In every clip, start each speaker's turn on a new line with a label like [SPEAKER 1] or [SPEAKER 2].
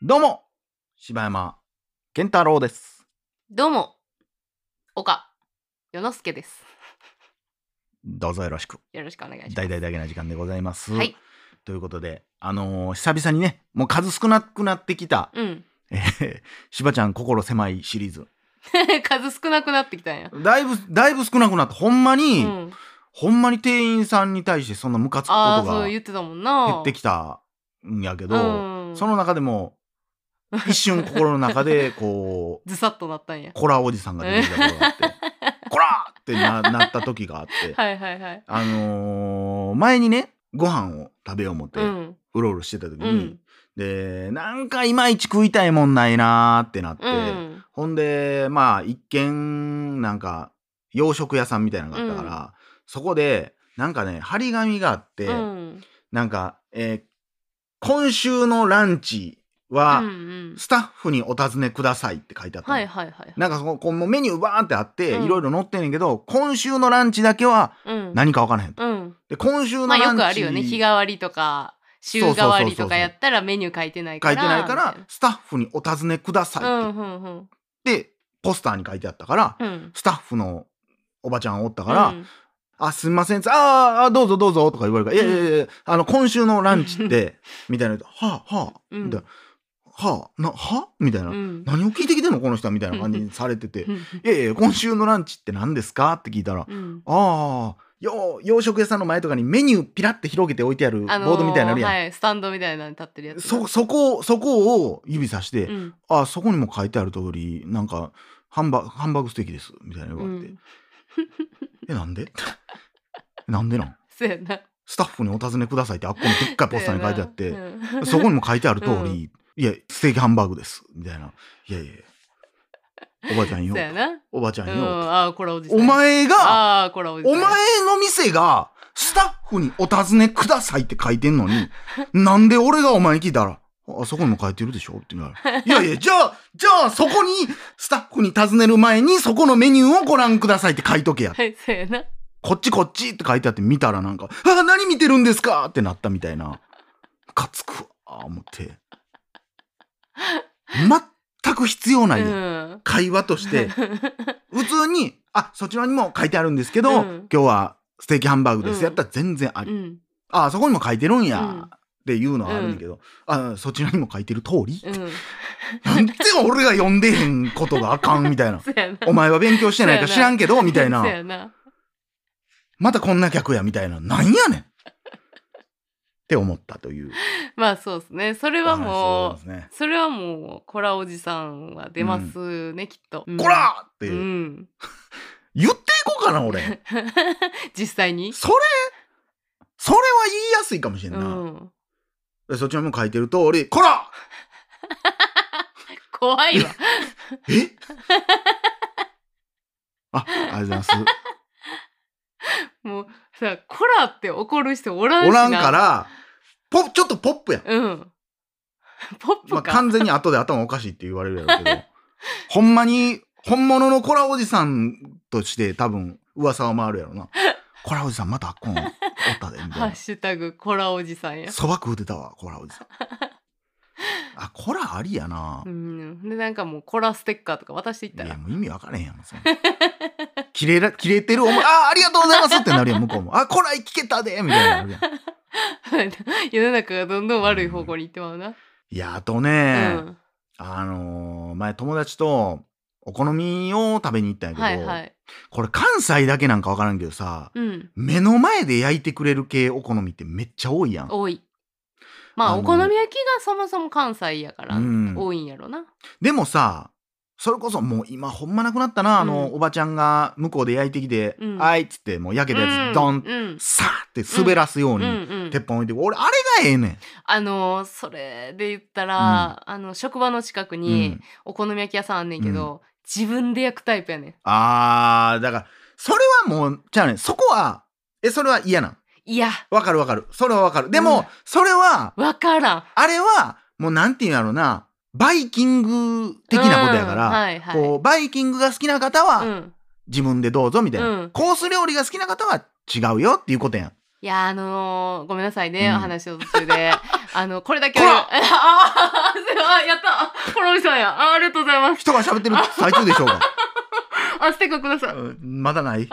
[SPEAKER 1] どうも、柴山健太郎です。
[SPEAKER 2] どうも、岡与之助です。
[SPEAKER 1] どうぞよろしく。
[SPEAKER 2] よろしくお願いします。
[SPEAKER 1] 大々だけな時間でございます。
[SPEAKER 2] はい、
[SPEAKER 1] ということで、あのー久々にね、もう数少なくなってきた、
[SPEAKER 2] うん。
[SPEAKER 1] えー、柴ちゃん心狭いシリーズ。
[SPEAKER 2] 数少なくなってきたんや。
[SPEAKER 1] だいぶ、だいぶ少なくなった。ほんま
[SPEAKER 2] う
[SPEAKER 1] に、
[SPEAKER 2] ん、
[SPEAKER 1] ほんまに店員さんに対してそんなムカつくこ
[SPEAKER 2] ああ、
[SPEAKER 1] と
[SPEAKER 2] そ
[SPEAKER 1] が
[SPEAKER 2] う言
[SPEAKER 1] 減
[SPEAKER 2] ってたもんな。
[SPEAKER 1] ってきたんやけ
[SPEAKER 2] う
[SPEAKER 1] ど、
[SPEAKER 2] ん、
[SPEAKER 1] その中でも、一瞬心の中で、こう、
[SPEAKER 2] ずさっとなったんや。
[SPEAKER 1] コラおじさんが出てきたことがあ って、コラーってななった時があって、
[SPEAKER 2] はいはいはい。
[SPEAKER 1] あのー前にね、ご飯を食べよう思って、
[SPEAKER 2] う、
[SPEAKER 1] うんろうろしてた時に、
[SPEAKER 2] うん、
[SPEAKER 1] で、なんかいまいち食いたいもんないなーってなって、
[SPEAKER 2] うん、
[SPEAKER 1] ほんで、まあ、一見、なんか、洋食屋さんみたいなのがあったから、そこで、なんかね、張り紙があって、
[SPEAKER 2] うん、
[SPEAKER 1] なんか、えー今週のランチ
[SPEAKER 2] うんう
[SPEAKER 1] は、
[SPEAKER 2] ん、
[SPEAKER 1] スタッフにお尋ねくださいって書いてあったの、
[SPEAKER 2] はいはいはい。
[SPEAKER 1] なんかそこ、こうもうメニューバーンってあって、
[SPEAKER 2] うん
[SPEAKER 1] いろいろ載ってんねんけど、今週のランチだけは
[SPEAKER 2] うん、
[SPEAKER 1] 何かわからへんと。
[SPEAKER 2] うん。
[SPEAKER 1] で今週の
[SPEAKER 2] まあ
[SPEAKER 1] ランチ、
[SPEAKER 2] よくあるよね。日替わりとか、週替わり
[SPEAKER 1] そうそうそう
[SPEAKER 2] と
[SPEAKER 1] そう
[SPEAKER 2] かやったらメニュー書いてないか
[SPEAKER 1] 書
[SPEAKER 2] ら。
[SPEAKER 1] いてないか
[SPEAKER 2] み
[SPEAKER 1] らスタッフにお尋ねくださ
[SPEAKER 2] たいない
[SPEAKER 1] っ
[SPEAKER 2] うん、うん、うん。
[SPEAKER 1] て、ポスターに書いてあったから、
[SPEAKER 2] うん。
[SPEAKER 1] スタッフのおばちゃんおったから「
[SPEAKER 2] うん
[SPEAKER 1] あすみません」あーあどうぞどうぞ」とか言われるから「いやいやいやあの今週のランチって」 みたいな言うと「はあはあ」
[SPEAKER 2] うん
[SPEAKER 1] みたいな「はあなはみたいな、
[SPEAKER 2] うん。
[SPEAKER 1] 何を聞いてきてんのこの人は」みたいな感じにされてて
[SPEAKER 2] う
[SPEAKER 1] 「
[SPEAKER 2] ん
[SPEAKER 1] いやいや今週のランチって何ですか?」って聞いたら「
[SPEAKER 2] うん。
[SPEAKER 1] ああよう洋食屋さんの前とかにメニューピラッて広げて置いてあるボ
[SPEAKER 2] あの
[SPEAKER 1] ードみたいなのあるやん、
[SPEAKER 2] はい、スタンドみたいなのに立ってるやつ。
[SPEAKER 1] そそこをそこを指さして「
[SPEAKER 2] うん。
[SPEAKER 1] あそこにも書いてある通りなんかハンバハンバーグステーキです」みたいな
[SPEAKER 2] う
[SPEAKER 1] 言われて
[SPEAKER 2] ん。
[SPEAKER 1] 「えなんで? 」なんでなん
[SPEAKER 2] そうやな。
[SPEAKER 1] スタッフにお尋ねくださいってあっこのでっ かいポスターに書いてあって、
[SPEAKER 2] うん
[SPEAKER 1] そこにも書いてある通り「いやステーキハンバーグです」みたいな「いやいやいやおばちゃん
[SPEAKER 2] そ
[SPEAKER 1] よ
[SPEAKER 2] うやな。
[SPEAKER 1] おばちゃんよ
[SPEAKER 2] うん、」ああ、こらおじさん。
[SPEAKER 1] お前が
[SPEAKER 2] ああ、こらおじさん。
[SPEAKER 1] お前の店がスタッフにお尋ねくださいって書いてんのに、なんで俺がお前に聞いたら、ああそこにも書いてるでしょって言うから。いやいや、じゃあ、じゃあそこにスタッフに尋ねる前にそこのメニューをご覧くださいって書いとけや。
[SPEAKER 2] はい、そうやな。
[SPEAKER 1] こっちこっちって書いてあって見たらなんか、ああ、何見てるんですかってなったみたいな。かつくわ、思って。全く必要ないやん
[SPEAKER 2] うん。
[SPEAKER 1] 会話として。普通に、あ、そちらにも書いてあるんですけど、
[SPEAKER 2] うん
[SPEAKER 1] 今日はステーキハンバーグです。
[SPEAKER 2] うん
[SPEAKER 1] やったら全然あり。
[SPEAKER 2] うん。
[SPEAKER 1] あ、そこにも書いてるんや。
[SPEAKER 2] うん
[SPEAKER 1] っていうのはあるんだけど、あそちらにも書いてる通り、
[SPEAKER 2] うん。
[SPEAKER 1] なんで俺が読んでへんことがあかんみたい な
[SPEAKER 2] そうやな。
[SPEAKER 1] お前は勉強してないから知らんけどみたい
[SPEAKER 2] そう
[SPEAKER 1] な
[SPEAKER 2] やな。
[SPEAKER 1] またこんな客やみたいななんやねんって思ったという
[SPEAKER 2] まあ、そうですね。それ
[SPEAKER 1] お
[SPEAKER 2] は
[SPEAKER 1] 話でご
[SPEAKER 2] も
[SPEAKER 1] ざいますね
[SPEAKER 2] う、それはもう、こらおじさんは出ますね、きっと。
[SPEAKER 1] こらーって
[SPEAKER 2] うん。
[SPEAKER 1] 言っていこうかな俺
[SPEAKER 2] 実際に。
[SPEAKER 1] それそれは言いやすいかもしれん
[SPEAKER 2] う
[SPEAKER 1] な、
[SPEAKER 2] ん。
[SPEAKER 1] でそちらも書いてる通り、こら
[SPEAKER 2] 怖いわ。
[SPEAKER 1] えあ、ありがとうございます。
[SPEAKER 2] もう、さ、こらって怒る人おらんしな
[SPEAKER 1] おらんか。ら、ポちょっとポップやん。
[SPEAKER 2] うん。ポッ
[SPEAKER 1] まあ、
[SPEAKER 2] プか。
[SPEAKER 1] 完全に後で頭おかしいって言われるやろうけど、 ほんまに、本物のコラおじさんとして多分噂は回るや ろな。コラおじさんまたあっこんおったで、みた
[SPEAKER 2] ハ
[SPEAKER 1] い
[SPEAKER 2] ッシュタグ、こらおじさんや
[SPEAKER 1] な。。そば食うてたわ、コラおじさん。あ、コラありやな
[SPEAKER 2] う。ん、でなんかもうコラステッカーとか渡していっ
[SPEAKER 1] い
[SPEAKER 2] た
[SPEAKER 1] や、
[SPEAKER 2] ら
[SPEAKER 1] もう意味わからへんやん、もうそんな切れら、切れてるお前、あ、ありがとうございますってなるやん、向こうも。あ、コラ聞けたでみたいなのあるやん。
[SPEAKER 2] 世の中がどんどん悪い方向に行ってまうな、
[SPEAKER 1] いや、あと
[SPEAKER 2] う
[SPEAKER 1] ね、
[SPEAKER 2] ん
[SPEAKER 1] あのー前友達とお好みを食べに行ったんやけど、
[SPEAKER 2] はいはい、
[SPEAKER 1] これ関西だけなんかわからんけどさ、
[SPEAKER 2] うん、
[SPEAKER 1] 目の前で焼いてくれる系お好みってめっちゃ多いやん。
[SPEAKER 2] 多いまあ
[SPEAKER 1] あの
[SPEAKER 2] お好み焼きがそもそも関西やから
[SPEAKER 1] うん
[SPEAKER 2] 多いんやろな、
[SPEAKER 1] でもさ、それこそもう今ほんまなくなったな、あの、
[SPEAKER 2] うん
[SPEAKER 1] おばちゃんが向こうで焼いてきて、
[SPEAKER 2] うん
[SPEAKER 1] あいっつってもう焼け
[SPEAKER 2] う
[SPEAKER 1] たや
[SPEAKER 2] ん
[SPEAKER 1] つ、ドン、
[SPEAKER 2] うん
[SPEAKER 1] さーって滑らすよう
[SPEAKER 2] うんう
[SPEAKER 1] に
[SPEAKER 2] ん
[SPEAKER 1] 鉄板置いてく俺あれがええねん。
[SPEAKER 2] あのーそれで言ったら、あの職場の近く
[SPEAKER 1] う
[SPEAKER 2] に
[SPEAKER 1] ん
[SPEAKER 2] お好み焼き屋さんあんねんけど、自分で焼くタイプやねん
[SPEAKER 1] あー、だから、それはもう、じゃあねん、そこは、え、それは嫌なん。
[SPEAKER 2] いや
[SPEAKER 1] わかるわかる。それはわかる。で
[SPEAKER 2] う
[SPEAKER 1] も
[SPEAKER 2] ん、
[SPEAKER 1] それは、
[SPEAKER 2] わからん
[SPEAKER 1] あれは、もうなんていうんやろうな、バイキング的なことやから、
[SPEAKER 2] うんはいはい、
[SPEAKER 1] こう、バイキングが好きな方
[SPEAKER 2] う
[SPEAKER 1] は、
[SPEAKER 2] ん、
[SPEAKER 1] 自分でどうぞみたいな、
[SPEAKER 2] うん
[SPEAKER 1] コース料理が好きな方は違うよっていうことやん。
[SPEAKER 2] いやあのーごめんなさいね、
[SPEAKER 1] うん
[SPEAKER 2] お話の途中で あの、これだけは言う。
[SPEAKER 1] こ
[SPEAKER 2] あーすごいあ、やった。このおじさんや。あーありがとうございます。
[SPEAKER 1] 人が喋ってる最中でし ょうか
[SPEAKER 2] あ、ステッカーください。
[SPEAKER 1] うんまだない、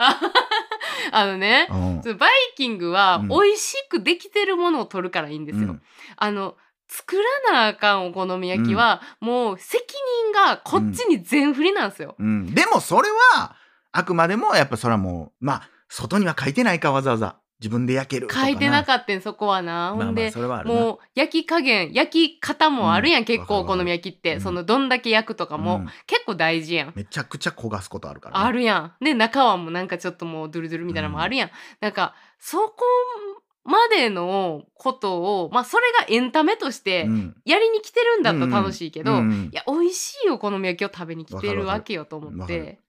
[SPEAKER 2] あのね、
[SPEAKER 1] うん
[SPEAKER 2] バイキングは
[SPEAKER 1] うん
[SPEAKER 2] 美味しくできてるものを取るからいいんですよ。
[SPEAKER 1] うん
[SPEAKER 2] あの、作らなあかんお好み焼きは、もう責任がこっちに全振りなんですよ。
[SPEAKER 1] うん、でもそれはあくまでもやっぱそれはもうまあ外には書いてないかわざわざ自分で焼けるとか
[SPEAKER 2] 書いてな
[SPEAKER 1] っ
[SPEAKER 2] かったんそこはな。
[SPEAKER 1] た
[SPEAKER 2] ほんで、
[SPEAKER 1] それはあるな
[SPEAKER 2] もう焼き加減焼き方もあるやん、
[SPEAKER 1] うん
[SPEAKER 2] 結構お
[SPEAKER 1] わか
[SPEAKER 2] 好
[SPEAKER 1] るわかる
[SPEAKER 2] み焼きって、
[SPEAKER 1] うん
[SPEAKER 2] そのどんだけ焼くとかも、
[SPEAKER 1] うん
[SPEAKER 2] 結構大事やん。
[SPEAKER 1] めちゃくちゃ焦がすことあるからね、
[SPEAKER 2] あるやん。で中はもうなんかちょっともうドゥルドゥルみたいなのもあるやん。なんかそこまでのことをまあそれがエンタメとして
[SPEAKER 1] うん
[SPEAKER 2] やりに来てるんだった
[SPEAKER 1] うん
[SPEAKER 2] ら楽しいけど、
[SPEAKER 1] うんうん
[SPEAKER 2] いや美味しいお好み焼きを食べに来てるわけよと思っ
[SPEAKER 1] わかるわか
[SPEAKER 2] て。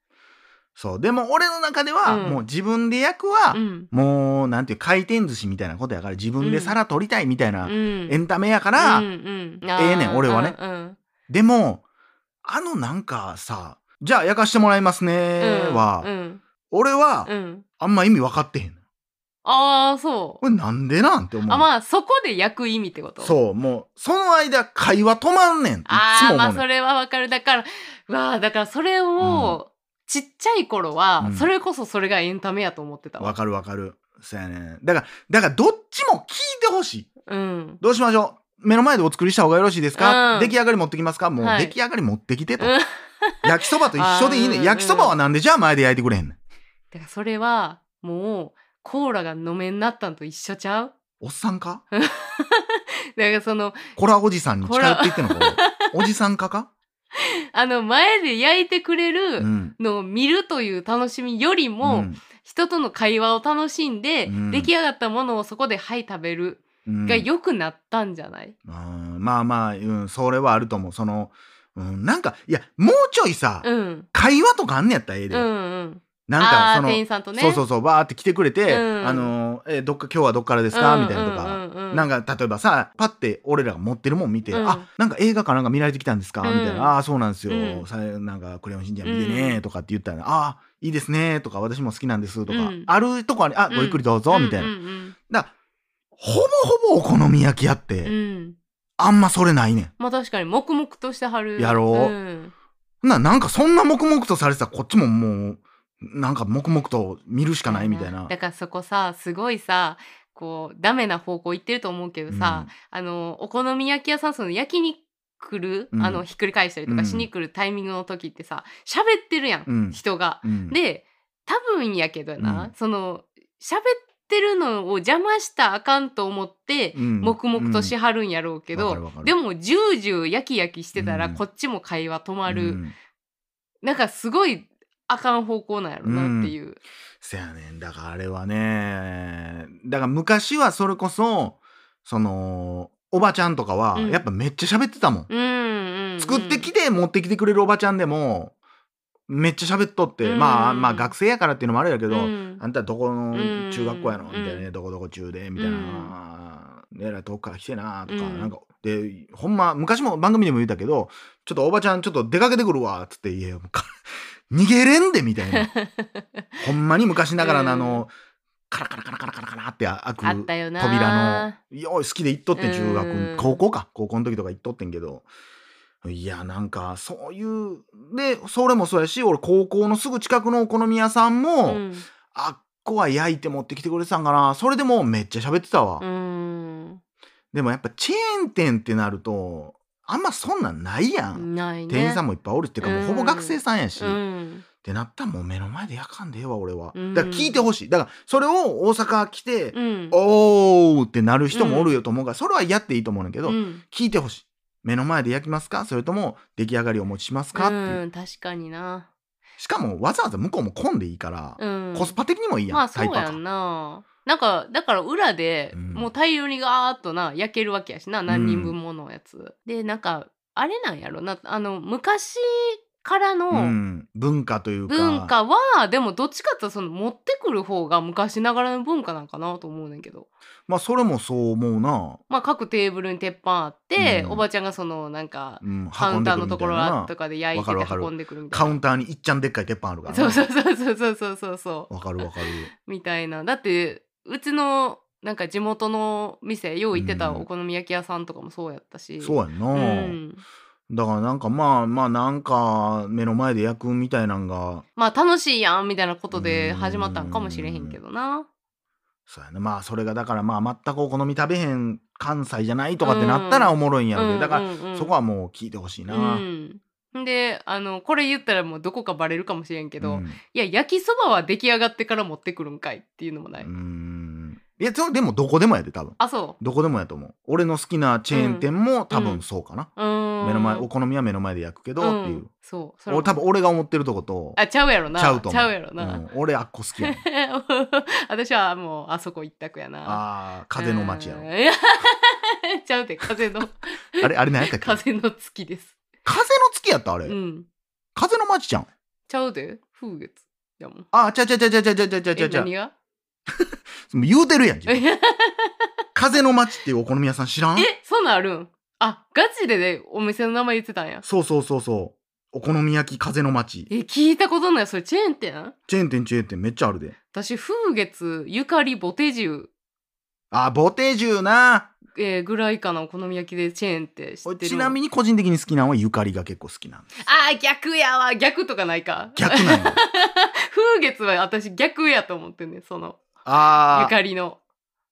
[SPEAKER 1] そうでも俺の中では、
[SPEAKER 2] うん
[SPEAKER 1] もう自分で焼くは、
[SPEAKER 2] うん
[SPEAKER 1] もうなんていう回転寿司みたいなことやから自分で皿取りたいみたいな、
[SPEAKER 2] うん
[SPEAKER 1] エンタメやから、
[SPEAKER 2] うんうんあ
[SPEAKER 1] え
[SPEAKER 2] ー
[SPEAKER 1] えねん俺はね
[SPEAKER 2] うんうん
[SPEAKER 1] でもあのなんかさじゃあ焼かしてもらいますね
[SPEAKER 2] うん
[SPEAKER 1] は、
[SPEAKER 2] うん
[SPEAKER 1] 俺は、
[SPEAKER 2] うん、
[SPEAKER 1] あんま意味分かってへん
[SPEAKER 2] ああそ
[SPEAKER 1] こ
[SPEAKER 2] う
[SPEAKER 1] れなんでなんて思う
[SPEAKER 2] あまあそこで焼く意味ってことうい
[SPEAKER 1] そうもうその間会話止まんねんいつ
[SPEAKER 2] あ
[SPEAKER 1] も
[SPEAKER 2] あまあ
[SPEAKER 1] 思う
[SPEAKER 2] そ
[SPEAKER 1] ねん
[SPEAKER 2] れはわかるだからうわあだからそれを、ちっちゃい頃は、
[SPEAKER 1] うん
[SPEAKER 2] それこそそれがエンタメやと思ってた
[SPEAKER 1] わ
[SPEAKER 2] わ
[SPEAKER 1] かるわかるそうやねんだからだからどっちも聞いてほしい
[SPEAKER 2] うん
[SPEAKER 1] どうしましょう目の前でお作りした方がよろしいですか、
[SPEAKER 2] うん
[SPEAKER 1] 出来上がり持ってきますかもう
[SPEAKER 2] はい
[SPEAKER 1] 出来上がり持ってきてと、
[SPEAKER 2] うんだ
[SPEAKER 1] 焼きそばと一緒でいい
[SPEAKER 2] あーうん
[SPEAKER 1] ね
[SPEAKER 2] うんん
[SPEAKER 1] 焼きそばはなんでじゃあ前で焼いてくれへんねん
[SPEAKER 2] からそれはもうコーラが飲めんなったんと一緒ちゃう
[SPEAKER 1] おっさんか
[SPEAKER 2] だからその
[SPEAKER 1] こらおじさんに近寄っていってんのこれおじさんかか
[SPEAKER 2] あの前で焼いてくれ
[SPEAKER 1] う
[SPEAKER 2] る
[SPEAKER 1] ん
[SPEAKER 2] のを見るという楽しみよりも、
[SPEAKER 1] ん
[SPEAKER 2] 人との会話を楽しんで、
[SPEAKER 1] うん
[SPEAKER 2] 出来上がったものをそこではい食べる
[SPEAKER 1] うん
[SPEAKER 2] が良くなったんじゃない、
[SPEAKER 1] うんまあまあ、うん、それはあると思うその、うん、なんかいやもうちょいさ、
[SPEAKER 2] うん、うん
[SPEAKER 1] 会話とかあんねやったらええで、
[SPEAKER 2] うんうん
[SPEAKER 1] なんか
[SPEAKER 2] あ
[SPEAKER 1] そ
[SPEAKER 2] ー
[SPEAKER 1] の
[SPEAKER 2] 店員さんとね
[SPEAKER 1] そうそうそうバーって来てくれて、
[SPEAKER 2] うん
[SPEAKER 1] あのーえーどっか今日はどっからですか、みたいなとか、なん
[SPEAKER 2] か、
[SPEAKER 1] か例えばさパッて俺らが持ってるもん見て「
[SPEAKER 2] うん
[SPEAKER 1] あなんか映画かなんか見られてきたんですか?」みたいな「
[SPEAKER 2] うん
[SPEAKER 1] ああそうなんですよ、
[SPEAKER 2] うん
[SPEAKER 1] さなんかクレヨンしんちゃん見てね」とかって言ったら「ああいいですね」とか「私も好きなんです」とか、
[SPEAKER 2] うん
[SPEAKER 1] あるとこに「あ
[SPEAKER 2] うん
[SPEAKER 1] ごゆっくりどうぞ」みたいな、
[SPEAKER 2] うんうん
[SPEAKER 1] だからほぼほぼお好み焼き屋っ
[SPEAKER 2] う
[SPEAKER 1] て、
[SPEAKER 2] んうん
[SPEAKER 1] あんまそれないねん。
[SPEAKER 2] まあ確かに黙々としてはる
[SPEAKER 1] やろう
[SPEAKER 2] うん
[SPEAKER 1] ほんならなんかそんな黙々とされてたらこっちももうなんか黙々と見るしかないみたいな。
[SPEAKER 2] だからそこさすごいさこうダメな方向行ってると思うけどさ、あのお好み焼き屋さんその焼きに来る、
[SPEAKER 1] うん
[SPEAKER 2] あのひっくり返したりと
[SPEAKER 1] う
[SPEAKER 2] か
[SPEAKER 1] ん
[SPEAKER 2] しに来るタイミングの時ってさ喋ってるやん、
[SPEAKER 1] うん
[SPEAKER 2] 人が。
[SPEAKER 1] うん、
[SPEAKER 2] で多分やけどな、
[SPEAKER 1] うん
[SPEAKER 2] その喋ってるのを邪魔したらあかんと思って、
[SPEAKER 1] うん
[SPEAKER 2] 黙々としはるんやろうけど、で
[SPEAKER 1] も
[SPEAKER 2] もジュージュー焼き焼きしてたら
[SPEAKER 1] うん
[SPEAKER 2] こっちも会話止まる、なんかすごいあかん方向なんやろなっていう、
[SPEAKER 1] せやねんだからあれはねだから昔はそれこそそのおばちゃんとかは
[SPEAKER 2] うん
[SPEAKER 1] やっぱめっちゃ喋ってたもん、
[SPEAKER 2] うんうんうん
[SPEAKER 1] 作ってきて持ってきてくれるおばちゃんでもめっちゃ喋っとって、
[SPEAKER 2] うん
[SPEAKER 1] まあまあ学生やからっていうのもあるやけど、
[SPEAKER 2] うん
[SPEAKER 1] あんたどこの
[SPEAKER 2] うん
[SPEAKER 1] 中学校やのみたいなね、
[SPEAKER 2] う
[SPEAKER 1] どこどこ中でみたいな、えらい遠くから来てなとか、
[SPEAKER 2] うん
[SPEAKER 1] なんかでほんま昔も番組でも言ったけどちょっとおばちゃんちょっと出かけてくるわっつって「いやもうか 逃げれんで」みたいな ほんまに昔ながらのあの、カラカラカラカラカラカラって開く
[SPEAKER 2] あったよな
[SPEAKER 1] 扉のよう好きで行っとってん中学、
[SPEAKER 2] うん
[SPEAKER 1] 高校か高校の時とか行っとってんけどいやなんかそういうでそれもそうやし俺高校のすぐ近くのお好み屋さんも、
[SPEAKER 2] うん
[SPEAKER 1] あっこは焼いて持ってきてくれてたんかなそれでもうめっちゃ喋ってたわ、
[SPEAKER 2] うん
[SPEAKER 1] でもやっぱチェーン店ってなるとあんまそんなんないやん、
[SPEAKER 2] ないね
[SPEAKER 1] 店員さん
[SPEAKER 2] も
[SPEAKER 1] もいっぱいおるっていうかもうほぼ学生さんやし、
[SPEAKER 2] う
[SPEAKER 1] っ
[SPEAKER 2] ん
[SPEAKER 1] てなったらもう目の前で焼かんでええわ俺は、
[SPEAKER 2] うん
[SPEAKER 1] だから聞いてほしいだからそれを大阪来て、
[SPEAKER 2] うん
[SPEAKER 1] おーってなる人もおるよと思うからそれはやっていいと思うねんだけど、
[SPEAKER 2] うん
[SPEAKER 1] 聞いてほしい目の前で焼きますかそれとも出来上がりお持ちしますか、っていう
[SPEAKER 2] うん確かにな、
[SPEAKER 1] しかもわざわざ向こうも混んでいいから、
[SPEAKER 2] うん、
[SPEAKER 1] コスパ的にもいいやん、
[SPEAKER 2] まあそ
[SPEAKER 1] タイ
[SPEAKER 2] う
[SPEAKER 1] パ
[SPEAKER 2] や
[SPEAKER 1] が
[SPEAKER 2] んななんかだから裏で、
[SPEAKER 1] うん
[SPEAKER 2] もう大量にガーッとな焼けるわけやしな何人分ものやつ、でなんかあれなんやろなあの昔から
[SPEAKER 1] う
[SPEAKER 2] の
[SPEAKER 1] ん、文化というか
[SPEAKER 2] 文化は、でもどっちかっていうとその持ってくる方が昔ながらの文化なんかなと思うねんけど
[SPEAKER 1] まあそれもそう思うな、
[SPEAKER 2] まあ各テーブルに鉄板あって、
[SPEAKER 1] うん
[SPEAKER 2] おばちゃんがそのなんか
[SPEAKER 1] うん、
[SPEAKER 2] カウ
[SPEAKER 1] 運ん
[SPEAKER 2] ン
[SPEAKER 1] で
[SPEAKER 2] タ
[SPEAKER 1] くる
[SPEAKER 2] ーの
[SPEAKER 1] み
[SPEAKER 2] と
[SPEAKER 1] た
[SPEAKER 2] こ
[SPEAKER 1] い
[SPEAKER 2] ろ
[SPEAKER 1] な
[SPEAKER 2] あとかで焼い
[SPEAKER 1] わ
[SPEAKER 2] て
[SPEAKER 1] かるわかる
[SPEAKER 2] 運んでくるみたい
[SPEAKER 1] カウ
[SPEAKER 2] な
[SPEAKER 1] ン。ターにいっちゃんでっかい鉄板あるからな
[SPEAKER 2] そうそうそうそうそうそうそうそう
[SPEAKER 1] わかるわかる
[SPEAKER 2] みたいなだってうちのなんか地元の店よう行ってたお好み焼き屋さんとかもそうやったし
[SPEAKER 1] そうやんな、
[SPEAKER 2] うん、
[SPEAKER 1] だからなんかまあまあなんか目の前で焼くみたいなんが
[SPEAKER 2] まあ楽しいやんみたいなことで始まったんかもしれへんけどな
[SPEAKER 1] そうやなまあそれがだからまあ全くお好み食べへん関西じゃないとかってなったらおもろいんやろうけど、だから
[SPEAKER 2] ら
[SPEAKER 1] そこはもう聞いてほしいな。
[SPEAKER 2] うん、であのこれ言ったらもうどこかバレるかもしれんけ
[SPEAKER 1] う
[SPEAKER 2] ど、
[SPEAKER 1] ん
[SPEAKER 2] いや焼きそばは出来上がってから持ってくるんかいっていうのもない、
[SPEAKER 1] うんいやそれでもどこでもやで多分
[SPEAKER 2] あそ
[SPEAKER 1] どこでもやと思う俺の好きなチェーン店も多分そうかな、
[SPEAKER 2] ううーん
[SPEAKER 1] 目の前お好みは目の前で焼くけどっていう、
[SPEAKER 2] んそうそれも
[SPEAKER 1] 俺多分俺が思ってるとこと
[SPEAKER 2] あちゃうやろな
[SPEAKER 1] ちゃうと思う
[SPEAKER 2] やろな、
[SPEAKER 1] うん俺あっこ好きやもん
[SPEAKER 2] 私はもうあそこ一択やな
[SPEAKER 1] あー風の街や
[SPEAKER 2] う
[SPEAKER 1] ろ
[SPEAKER 2] んいや ちゃうて風 の
[SPEAKER 1] あれあれ何やったっけ風
[SPEAKER 2] 風の月 です
[SPEAKER 1] の月やったあれ、
[SPEAKER 2] うん
[SPEAKER 1] 風の街じゃん
[SPEAKER 2] ちゃうで風月やもん
[SPEAKER 1] あちゃうちゃうちゃうちゃうちゃうちゃうちゃうちゃ
[SPEAKER 2] え
[SPEAKER 1] うちゃう
[SPEAKER 2] 何が
[SPEAKER 1] もう言うてるやん自分
[SPEAKER 2] え
[SPEAKER 1] 風の街っていうお好み屋さん知らん
[SPEAKER 2] そんなんあるんあガチでねお店の名前言ってたんや
[SPEAKER 1] そうそうそうそうお好み焼き風の街
[SPEAKER 2] え聞いたことないそれチェーン店
[SPEAKER 1] チェーン店チェーン店めっちゃあるで
[SPEAKER 2] 私風月ゆかりボテジュ、
[SPEAKER 1] あボテジュな
[SPEAKER 2] えーぐらいかなお好み焼きでチェーンって知っ
[SPEAKER 1] 俺
[SPEAKER 2] てる
[SPEAKER 1] ちなみに個人的に好きなのはゆかりが結構好き なんです
[SPEAKER 2] あー逆やわ逆とかないか
[SPEAKER 1] 逆な の
[SPEAKER 2] 風月は私逆やと思ってんねんそのゆ
[SPEAKER 1] あー
[SPEAKER 2] かりの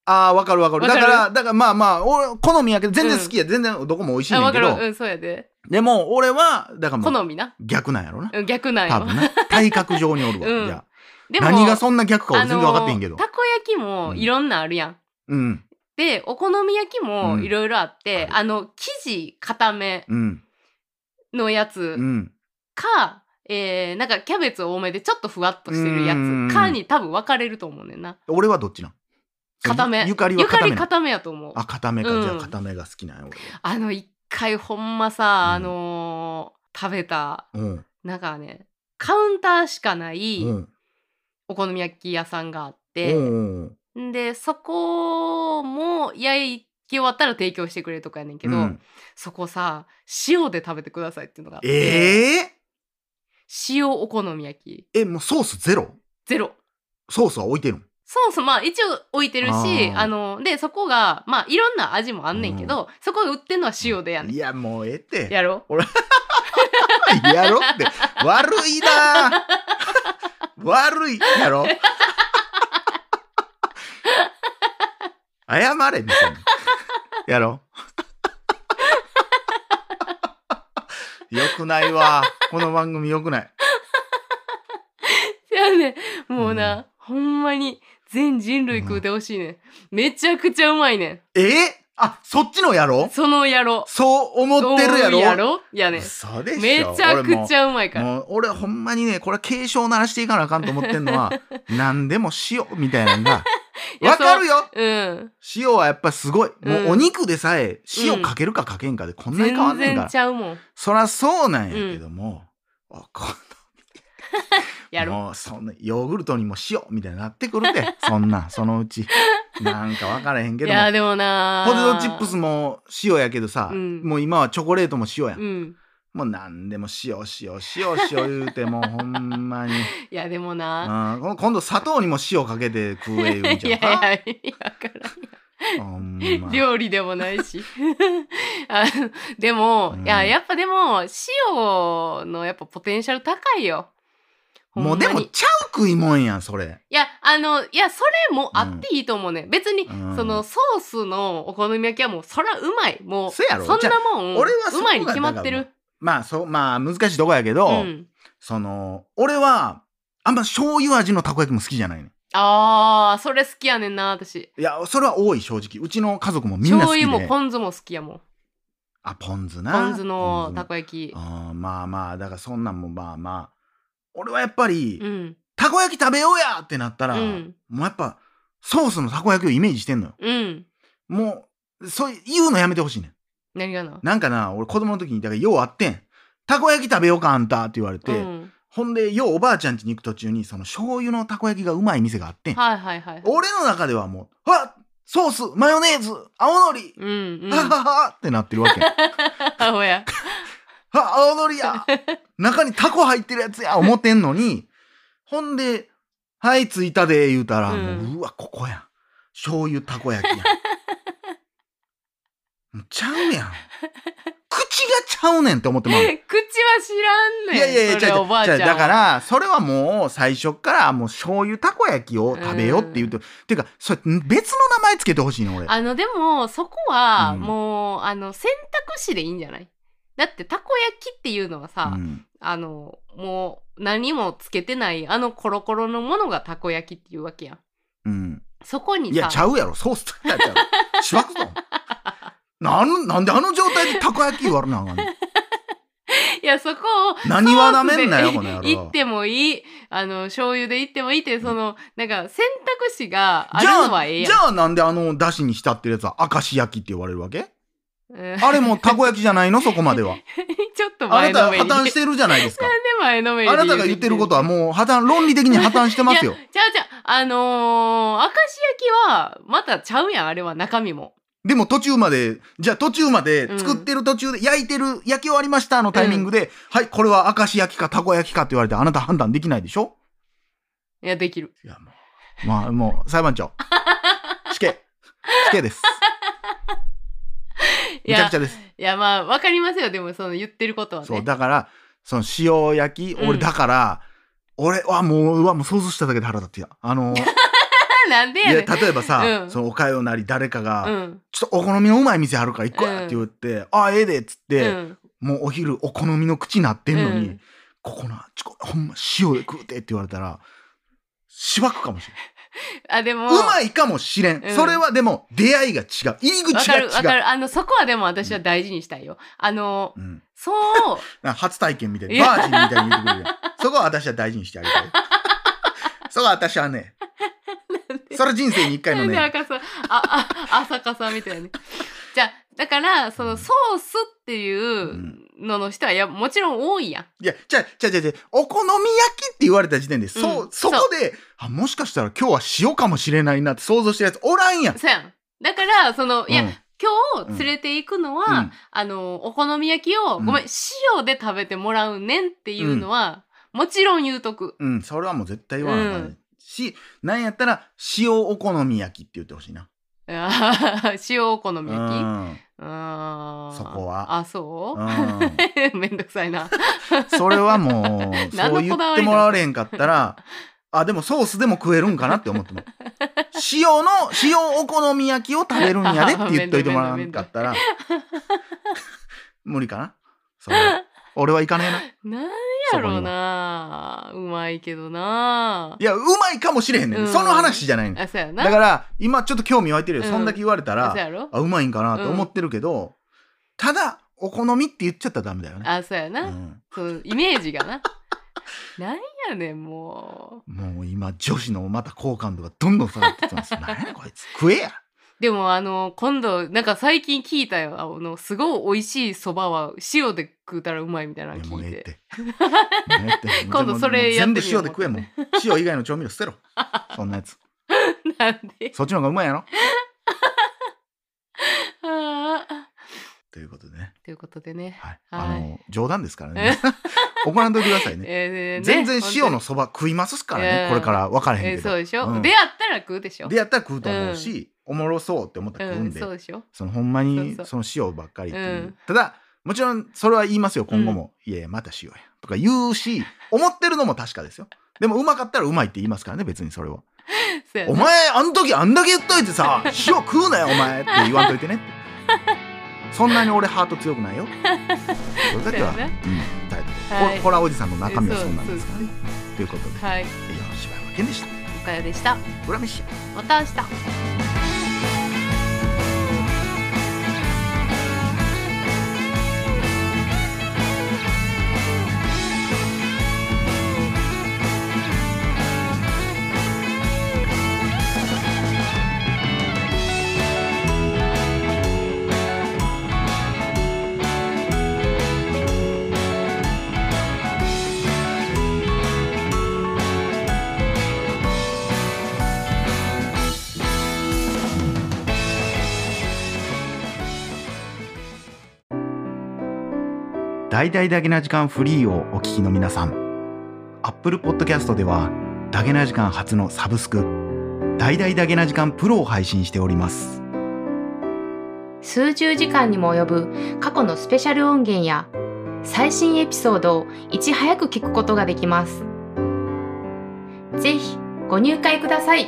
[SPEAKER 1] あーわかるわかる
[SPEAKER 2] わかる
[SPEAKER 1] だからだからまあまあ俺好みやけど全然好きや、全然どこも美味しい
[SPEAKER 2] あ
[SPEAKER 1] ねん
[SPEAKER 2] わ
[SPEAKER 1] け
[SPEAKER 2] かる
[SPEAKER 1] ど、
[SPEAKER 2] うんそうやで
[SPEAKER 1] でも俺はだからもう
[SPEAKER 2] 好みな
[SPEAKER 1] 逆なんやろな
[SPEAKER 2] うん逆なん
[SPEAKER 1] 多
[SPEAKER 2] よ
[SPEAKER 1] 分な体格上におるわ、
[SPEAKER 2] うん
[SPEAKER 1] じゃ
[SPEAKER 2] で
[SPEAKER 1] あ何がそんな逆か俺全然分かってへんけど、
[SPEAKER 2] あのーたこ焼きもいろんなあるやん、
[SPEAKER 1] うん
[SPEAKER 2] でお好み焼きもいろいろあって、
[SPEAKER 1] うん
[SPEAKER 2] あの生地固め
[SPEAKER 1] うん
[SPEAKER 2] のやつ
[SPEAKER 1] うん
[SPEAKER 2] か、えーなんかキャベツ多めでちょっとふわっとしてるや
[SPEAKER 1] うん
[SPEAKER 2] つかに多分分かれると思うねんな
[SPEAKER 1] 俺はどっちなん
[SPEAKER 2] 固め
[SPEAKER 1] ゆゆかりは固めな
[SPEAKER 2] ゆか
[SPEAKER 1] ん
[SPEAKER 2] り固めやと思う
[SPEAKER 1] あ固めか、
[SPEAKER 2] うん
[SPEAKER 1] じゃあ固めが好きなんや俺は
[SPEAKER 2] あの一回ほんま
[SPEAKER 1] うん
[SPEAKER 2] さ、あのー食べた
[SPEAKER 1] うん
[SPEAKER 2] なんかねカウンターしかない
[SPEAKER 1] うん
[SPEAKER 2] お好み焼き屋さんがあっ
[SPEAKER 1] うんう
[SPEAKER 2] て、
[SPEAKER 1] んうん
[SPEAKER 2] ん、でそこも焼き終わったら提供してくれるとかやねんけど、
[SPEAKER 1] うん
[SPEAKER 2] そこさ塩で食べてくださいっていうのがあって、
[SPEAKER 1] ええ
[SPEAKER 2] 塩お好み焼き
[SPEAKER 1] えもうソースゼロ
[SPEAKER 2] ゼロ
[SPEAKER 1] ソースは置いてるの
[SPEAKER 2] そうそうまあ一応置いてるし
[SPEAKER 1] あー
[SPEAKER 2] あのでそこがまあいろんな味もあんねんけど、そこが売ってんのは塩でやねん
[SPEAKER 1] いやもうええって
[SPEAKER 2] やろ
[SPEAKER 1] やろって悪いな悪いやろ謝れみたいなやろよくないわこの番組よくない
[SPEAKER 2] いやねもうな、
[SPEAKER 1] う
[SPEAKER 2] ほんまに全人類食うてほしいねん、めちゃくちゃうまいね
[SPEAKER 1] えー、あそっちのやろ
[SPEAKER 2] んそのやろ
[SPEAKER 1] そう思ってるやろ
[SPEAKER 2] どうやろやねん
[SPEAKER 1] 嘘でしょ
[SPEAKER 2] めちゃくちゃうまい
[SPEAKER 1] 俺もう
[SPEAKER 2] から
[SPEAKER 1] もう俺ほんまにねこれは警鐘を鳴らしていかなあかんと思ってんの は何でも塩みたいなのが
[SPEAKER 2] いや
[SPEAKER 1] わかるよ
[SPEAKER 2] うん
[SPEAKER 1] 塩はやっぱすごい。もううんお肉でさえ塩かけるかかけんかでこんなに変わ
[SPEAKER 2] 全
[SPEAKER 1] んねんか
[SPEAKER 2] 然
[SPEAKER 1] ら。
[SPEAKER 2] ちゃうもん
[SPEAKER 1] そらそうなんやけども、おこ
[SPEAKER 2] やろ
[SPEAKER 1] もうそんなヨーグルトにも塩みたいになってくる で、そんなんそのうち。なんか分からへんけ
[SPEAKER 2] い
[SPEAKER 1] ど
[SPEAKER 2] や
[SPEAKER 1] も。
[SPEAKER 2] でもな
[SPEAKER 1] ポテトチップスも塩やけどさ、
[SPEAKER 2] うん
[SPEAKER 1] もう今はチョコレートも塩やん。
[SPEAKER 2] うん
[SPEAKER 1] もう何でも塩塩塩塩言うて もうほんまに、
[SPEAKER 2] いやでも
[SPEAKER 1] う
[SPEAKER 2] な
[SPEAKER 1] んこ今度砂糖にも塩かけて食え言うん
[SPEAKER 2] い
[SPEAKER 1] ち
[SPEAKER 2] や
[SPEAKER 1] ゃ
[SPEAKER 2] いう
[SPEAKER 1] か
[SPEAKER 2] や意味わからん
[SPEAKER 1] ほんま
[SPEAKER 2] 料理でもないし あのでも、
[SPEAKER 1] うん
[SPEAKER 2] いややっぱでも塩のやっぱポテンシャル高いよほんま
[SPEAKER 1] もう
[SPEAKER 2] に
[SPEAKER 1] でもちゃう食いもんやんそれ。
[SPEAKER 2] いやあのいやそれもあっていいと思うね、ん、別に、
[SPEAKER 1] うん
[SPEAKER 2] そのソースのお好み焼きはもうそらうまいもう
[SPEAKER 1] せやろ
[SPEAKER 2] そんなもん
[SPEAKER 1] じゃあ俺はそこが
[SPEAKER 2] うまいに決まってる
[SPEAKER 1] まあそうまあ難しいとこやけど、
[SPEAKER 2] うん、
[SPEAKER 1] その俺はあんま醤油味のたこ焼きも好きじゃないね
[SPEAKER 2] あーそれ好きやねんな私
[SPEAKER 1] いやそれは多い正直うちの家族もみんな好
[SPEAKER 2] 醤
[SPEAKER 1] きで
[SPEAKER 2] 油もポン酢も好きやもん
[SPEAKER 1] あポン酢な
[SPEAKER 2] ポン酢のた
[SPEAKER 1] こ
[SPEAKER 2] こ焼き
[SPEAKER 1] あーまあまあだからそんなんもまあまあ俺はやっぱり、
[SPEAKER 2] うん
[SPEAKER 1] たこ焼き食べようやってなったら、
[SPEAKER 2] うん
[SPEAKER 1] もうやっぱソースのたこ焼きをイメージしてんのよ
[SPEAKER 2] うん
[SPEAKER 1] もうそういう言うのやめてほしいねん
[SPEAKER 2] 何がな
[SPEAKER 1] なんかな俺子供の時にだからようあってんたこ焼き食べようかあんたって言われて、
[SPEAKER 2] うん、
[SPEAKER 1] ほんでようおばあちゃん家に行く途中にその醤油のたこ焼きがうまい店があってん
[SPEAKER 2] はいはいはい
[SPEAKER 1] 俺の中ではもう、はソース、マヨネーズ、青のり、
[SPEAKER 2] うん うん
[SPEAKER 1] はははってなってるわ け。は
[SPEAKER 2] ほや
[SPEAKER 1] 青のりや中にタコ入ってるやつ や思ってんのに、ほんで、はい、着いたで、言うたら、
[SPEAKER 2] うん
[SPEAKER 1] もううわ、ここやん。醤油たこ焼き やん。もうちゃうやん。口がちゃうねんって思ってまう。い
[SPEAKER 2] 口は知らんねん
[SPEAKER 1] やいやいや、
[SPEAKER 2] それ
[SPEAKER 1] ちゃ
[SPEAKER 2] お
[SPEAKER 1] う
[SPEAKER 2] ばあ
[SPEAKER 1] ち
[SPEAKER 2] ち
[SPEAKER 1] ゃ
[SPEAKER 2] ゃ
[SPEAKER 1] うんちゃう
[SPEAKER 2] は
[SPEAKER 1] だから、それはもう最初からもう醤油たこ焼きを食べようって言うと、ていうか、それ別の名前つけてほしいの俺。
[SPEAKER 2] あのでもそこは
[SPEAKER 1] うん
[SPEAKER 2] もう、あの選択肢でいいんじゃないだってたこ焼きっていうのはさ、
[SPEAKER 1] うん
[SPEAKER 2] あのもう何もつけてないあのコロコロのものがたこ焼きっていうわけやん
[SPEAKER 1] うん。
[SPEAKER 2] そこにさ
[SPEAKER 1] いや、ちゃうやろ。ソースつけたらちゃう。しばくぞ。なんなんであの状態でたこ焼き言われなあかんねん
[SPEAKER 2] いやそこを
[SPEAKER 1] 何はなめんなよ、この野
[SPEAKER 2] 行
[SPEAKER 1] 郎
[SPEAKER 2] っ。てもいいあの醤油で行ってもいいってそのなんか選択肢があ
[SPEAKER 1] じ
[SPEAKER 2] る
[SPEAKER 1] ゃ
[SPEAKER 2] のは
[SPEAKER 1] あ、
[SPEAKER 2] ええ
[SPEAKER 1] じ
[SPEAKER 2] やん
[SPEAKER 1] ゃあなんであの、だしに浸ってるやつは明石焼きって言われるわけ
[SPEAKER 2] うん
[SPEAKER 1] あれもたこ焼きじゃ ないのそこまでは。
[SPEAKER 2] ちょっと
[SPEAKER 1] あ
[SPEAKER 2] 前
[SPEAKER 1] なた破
[SPEAKER 2] のめりで。なん
[SPEAKER 1] 綻
[SPEAKER 2] で
[SPEAKER 1] してるじゃないですか。
[SPEAKER 2] 前のめり
[SPEAKER 1] あ
[SPEAKER 2] で
[SPEAKER 1] なたが言ってることは
[SPEAKER 2] う
[SPEAKER 1] もう破綻、論理的に破綻してますよ。
[SPEAKER 2] ちゃうちゃう。あのー、明石焼きは、またちゃうやん、あれは中身も。
[SPEAKER 1] でも途中まで、じゃあ途中まで
[SPEAKER 2] うん
[SPEAKER 1] 作ってる途中で焼いてる、焼き終わりましたのタイミングで、はい、これは明石焼きかたこ焼きかって言われてあなた判断できないでしょ
[SPEAKER 2] いや、できる。
[SPEAKER 1] いや、もう。まあ、もう、裁判 長。死刑。死刑です。
[SPEAKER 2] い
[SPEAKER 1] めちゃ
[SPEAKER 2] や、
[SPEAKER 1] くちゃです。
[SPEAKER 2] いやまあ、わかりますよ、でも、その言ってることはね。
[SPEAKER 1] そう、だから、その塩焼き、
[SPEAKER 2] う
[SPEAKER 1] 俺、
[SPEAKER 2] ん
[SPEAKER 1] だから、俺はもう、うわ、もう想像しただけで腹立ってや。あの、い
[SPEAKER 2] なんでや
[SPEAKER 1] や、
[SPEAKER 2] ねん。
[SPEAKER 1] 例えばさ、
[SPEAKER 2] うん
[SPEAKER 1] そのおかよなり誰かが、
[SPEAKER 2] うん。
[SPEAKER 1] ちょっとお好みのうまい店あるから行こうや
[SPEAKER 2] うん
[SPEAKER 1] って言って、ああ、ええでっつっ
[SPEAKER 2] う
[SPEAKER 1] て、
[SPEAKER 2] ん。
[SPEAKER 1] もうお昼お好みの口なってんのに、
[SPEAKER 2] うん
[SPEAKER 1] ここな、ちょ、ほんま塩で食うてって言われたら、しばくかもしれ
[SPEAKER 2] あ、でも、
[SPEAKER 1] ん。うまいかもしれん。
[SPEAKER 2] うん
[SPEAKER 1] それはでも出会いが違う。入り
[SPEAKER 2] わ
[SPEAKER 1] 口
[SPEAKER 2] か
[SPEAKER 1] が違
[SPEAKER 2] る、わか
[SPEAKER 1] う。
[SPEAKER 2] る。あの、そこはでも私は大事にしたいよ。あの、
[SPEAKER 1] うん、
[SPEAKER 2] そう、
[SPEAKER 1] なんか初体験みたい
[SPEAKER 2] い
[SPEAKER 1] な
[SPEAKER 2] や
[SPEAKER 1] バージンみたいに言ってくるやん。そこは私は大事にしてあげ たい。そこは私はね、 それ人生に一回の
[SPEAKER 2] なんで
[SPEAKER 1] ね、
[SPEAKER 2] 赤さん、あ、あ、浅香さんみたいなね。じゃあ、だから、そのソースっていうのの人は、いや、もちろん多いやん。
[SPEAKER 1] いや、じゃあじゃあじゃあじゃあお好み焼きって言われた時点で、そううんそこであ、もしかしたら今日は塩かもしれないなって想像してるやつおらんやん。
[SPEAKER 2] そうやん。だから、その、いや、
[SPEAKER 1] うん
[SPEAKER 2] 今日連れて行くのは、
[SPEAKER 1] うん
[SPEAKER 2] あの、お好み焼きを、
[SPEAKER 1] うん
[SPEAKER 2] ごめん、塩で食べてもらうねんっていうのは、もちろん言うとく。
[SPEAKER 1] うん、それはもう絶対言わない、
[SPEAKER 2] うん
[SPEAKER 1] し、なんやったら、塩お好み焼きって言ってほしいな。
[SPEAKER 2] あー塩お好み焼き、
[SPEAKER 1] う
[SPEAKER 2] う
[SPEAKER 1] ん
[SPEAKER 2] ん、
[SPEAKER 1] そこは
[SPEAKER 2] あ、そうう、
[SPEAKER 1] ん。うん。
[SPEAKER 2] めんどくさ いな。
[SPEAKER 1] それはもう、
[SPEAKER 2] 何
[SPEAKER 1] そう
[SPEAKER 2] の
[SPEAKER 1] 言
[SPEAKER 2] こだ
[SPEAKER 1] っ
[SPEAKER 2] わ
[SPEAKER 1] て
[SPEAKER 2] りなの
[SPEAKER 1] もらわれへんかったら、あ、でもソースでも食えるんかなって思っても。塩の、塩お好み焼きを食べるんやでって言っといてもらわんかったら、無理かなそれ俺は行かねえな。
[SPEAKER 2] なんやろうなうまいけどない
[SPEAKER 1] や、うまいかもしれへんねん。
[SPEAKER 2] うん
[SPEAKER 1] その話じゃないねん。
[SPEAKER 2] あ、そうやな。
[SPEAKER 1] だから、今ちょっと興味湧いてるよ。
[SPEAKER 2] うん
[SPEAKER 1] そんだけ言われたら
[SPEAKER 2] そう、やろ
[SPEAKER 1] あうまいんかなと思ってるけど、ただお好みって言っちゃったらダメだよね、
[SPEAKER 2] あ、そうや
[SPEAKER 1] う
[SPEAKER 2] な。
[SPEAKER 1] ん、
[SPEAKER 2] そのイメージが な。なんやねん、も
[SPEAKER 1] もう今女子のまた好感度がどんどん下がってきて ます何やねんこいつ食えや
[SPEAKER 2] う。でも、あの、今度、なんか最近聞いたよ。あの、すごい美味しいそばは塩で食うたらうまいみたいなの
[SPEAKER 1] もう
[SPEAKER 2] 聞
[SPEAKER 1] え
[SPEAKER 2] い。
[SPEAKER 1] えってて もうええって
[SPEAKER 2] 今度それやってみよ
[SPEAKER 1] 全
[SPEAKER 2] う
[SPEAKER 1] 部塩で食えもん塩以外の調味料捨 てろそんなやつ
[SPEAKER 2] なんで
[SPEAKER 1] そっちの方がうまいや ろ
[SPEAKER 2] あー
[SPEAKER 1] ということでね、
[SPEAKER 2] ということでね。
[SPEAKER 1] はい
[SPEAKER 2] はい
[SPEAKER 1] あの冗談ですからね 怒らんといてくださいね
[SPEAKER 2] えーね
[SPEAKER 1] 全然塩のそば食いますから
[SPEAKER 2] う
[SPEAKER 1] ね
[SPEAKER 2] ん
[SPEAKER 1] これから分か
[SPEAKER 2] 本
[SPEAKER 1] ら
[SPEAKER 2] 当に
[SPEAKER 1] へ
[SPEAKER 2] え
[SPEAKER 1] んけ
[SPEAKER 2] ーそ
[SPEAKER 1] ど、
[SPEAKER 2] うでしょ、
[SPEAKER 1] うん
[SPEAKER 2] 出会ったら食うでしょ
[SPEAKER 1] でやったら食うと思うし、おもろそうって思ったら食
[SPEAKER 2] う
[SPEAKER 1] うん
[SPEAKER 2] ん、
[SPEAKER 1] で、
[SPEAKER 2] そうでしょ
[SPEAKER 1] そのほんまに
[SPEAKER 2] そう
[SPEAKER 1] その塩ばっかりっていう
[SPEAKER 2] うん
[SPEAKER 1] ただもちろんそれは言いますよ今後も「いやいやまた塩や」とか言うし思ってるのも確かですよでもうまかったらうまいって言いますからね別にそれは
[SPEAKER 2] そう
[SPEAKER 1] 「
[SPEAKER 2] やな
[SPEAKER 1] お前あの時あんだけ言っといてさ塩食うなよお前」って言わんといてねってそんなに俺ハート強くないよそれだけは、うん
[SPEAKER 2] そうやな、
[SPEAKER 1] 伝えておこう
[SPEAKER 2] はい
[SPEAKER 1] ホホラおじさんの中身はそんなんですからねということで
[SPEAKER 2] はい、
[SPEAKER 1] 以上柴山健でした
[SPEAKER 2] おかよでした。
[SPEAKER 1] 裏飯
[SPEAKER 2] また明日。
[SPEAKER 1] 大々だけな時間フリーをお聞きの皆さん Apple Podcast ではだけな時間初のサブスク大々だけな時間プロを配信しております。
[SPEAKER 3] 数十時間にも及ぶ過去のスペシャル音源や最新エピソードをいち早く聞くことができます。ぜひご入会ください。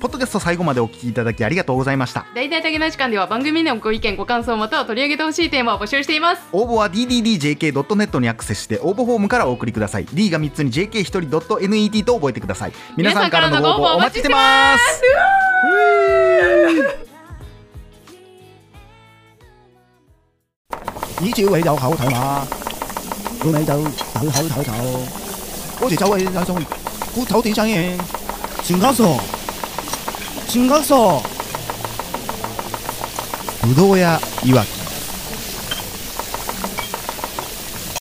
[SPEAKER 1] ポッドキャスト最後までお聞きいただきありがとうございました。
[SPEAKER 3] 大々的な時間では番組のご意見ご感想または取り上げてほしいテーマを募集しています。
[SPEAKER 1] 応募は dddjk.net にアクセスして応募フォームからお送りください。D が3つに jk1人.net と覚えてください。皆さんからのご応募お待ちしてます。
[SPEAKER 4] 咦朝起有口睇嘛，老味就有口睇頭。嗰時走去有種骨頭點生嘅，全家傻，全家傻。
[SPEAKER 1] ぶどうやいわき、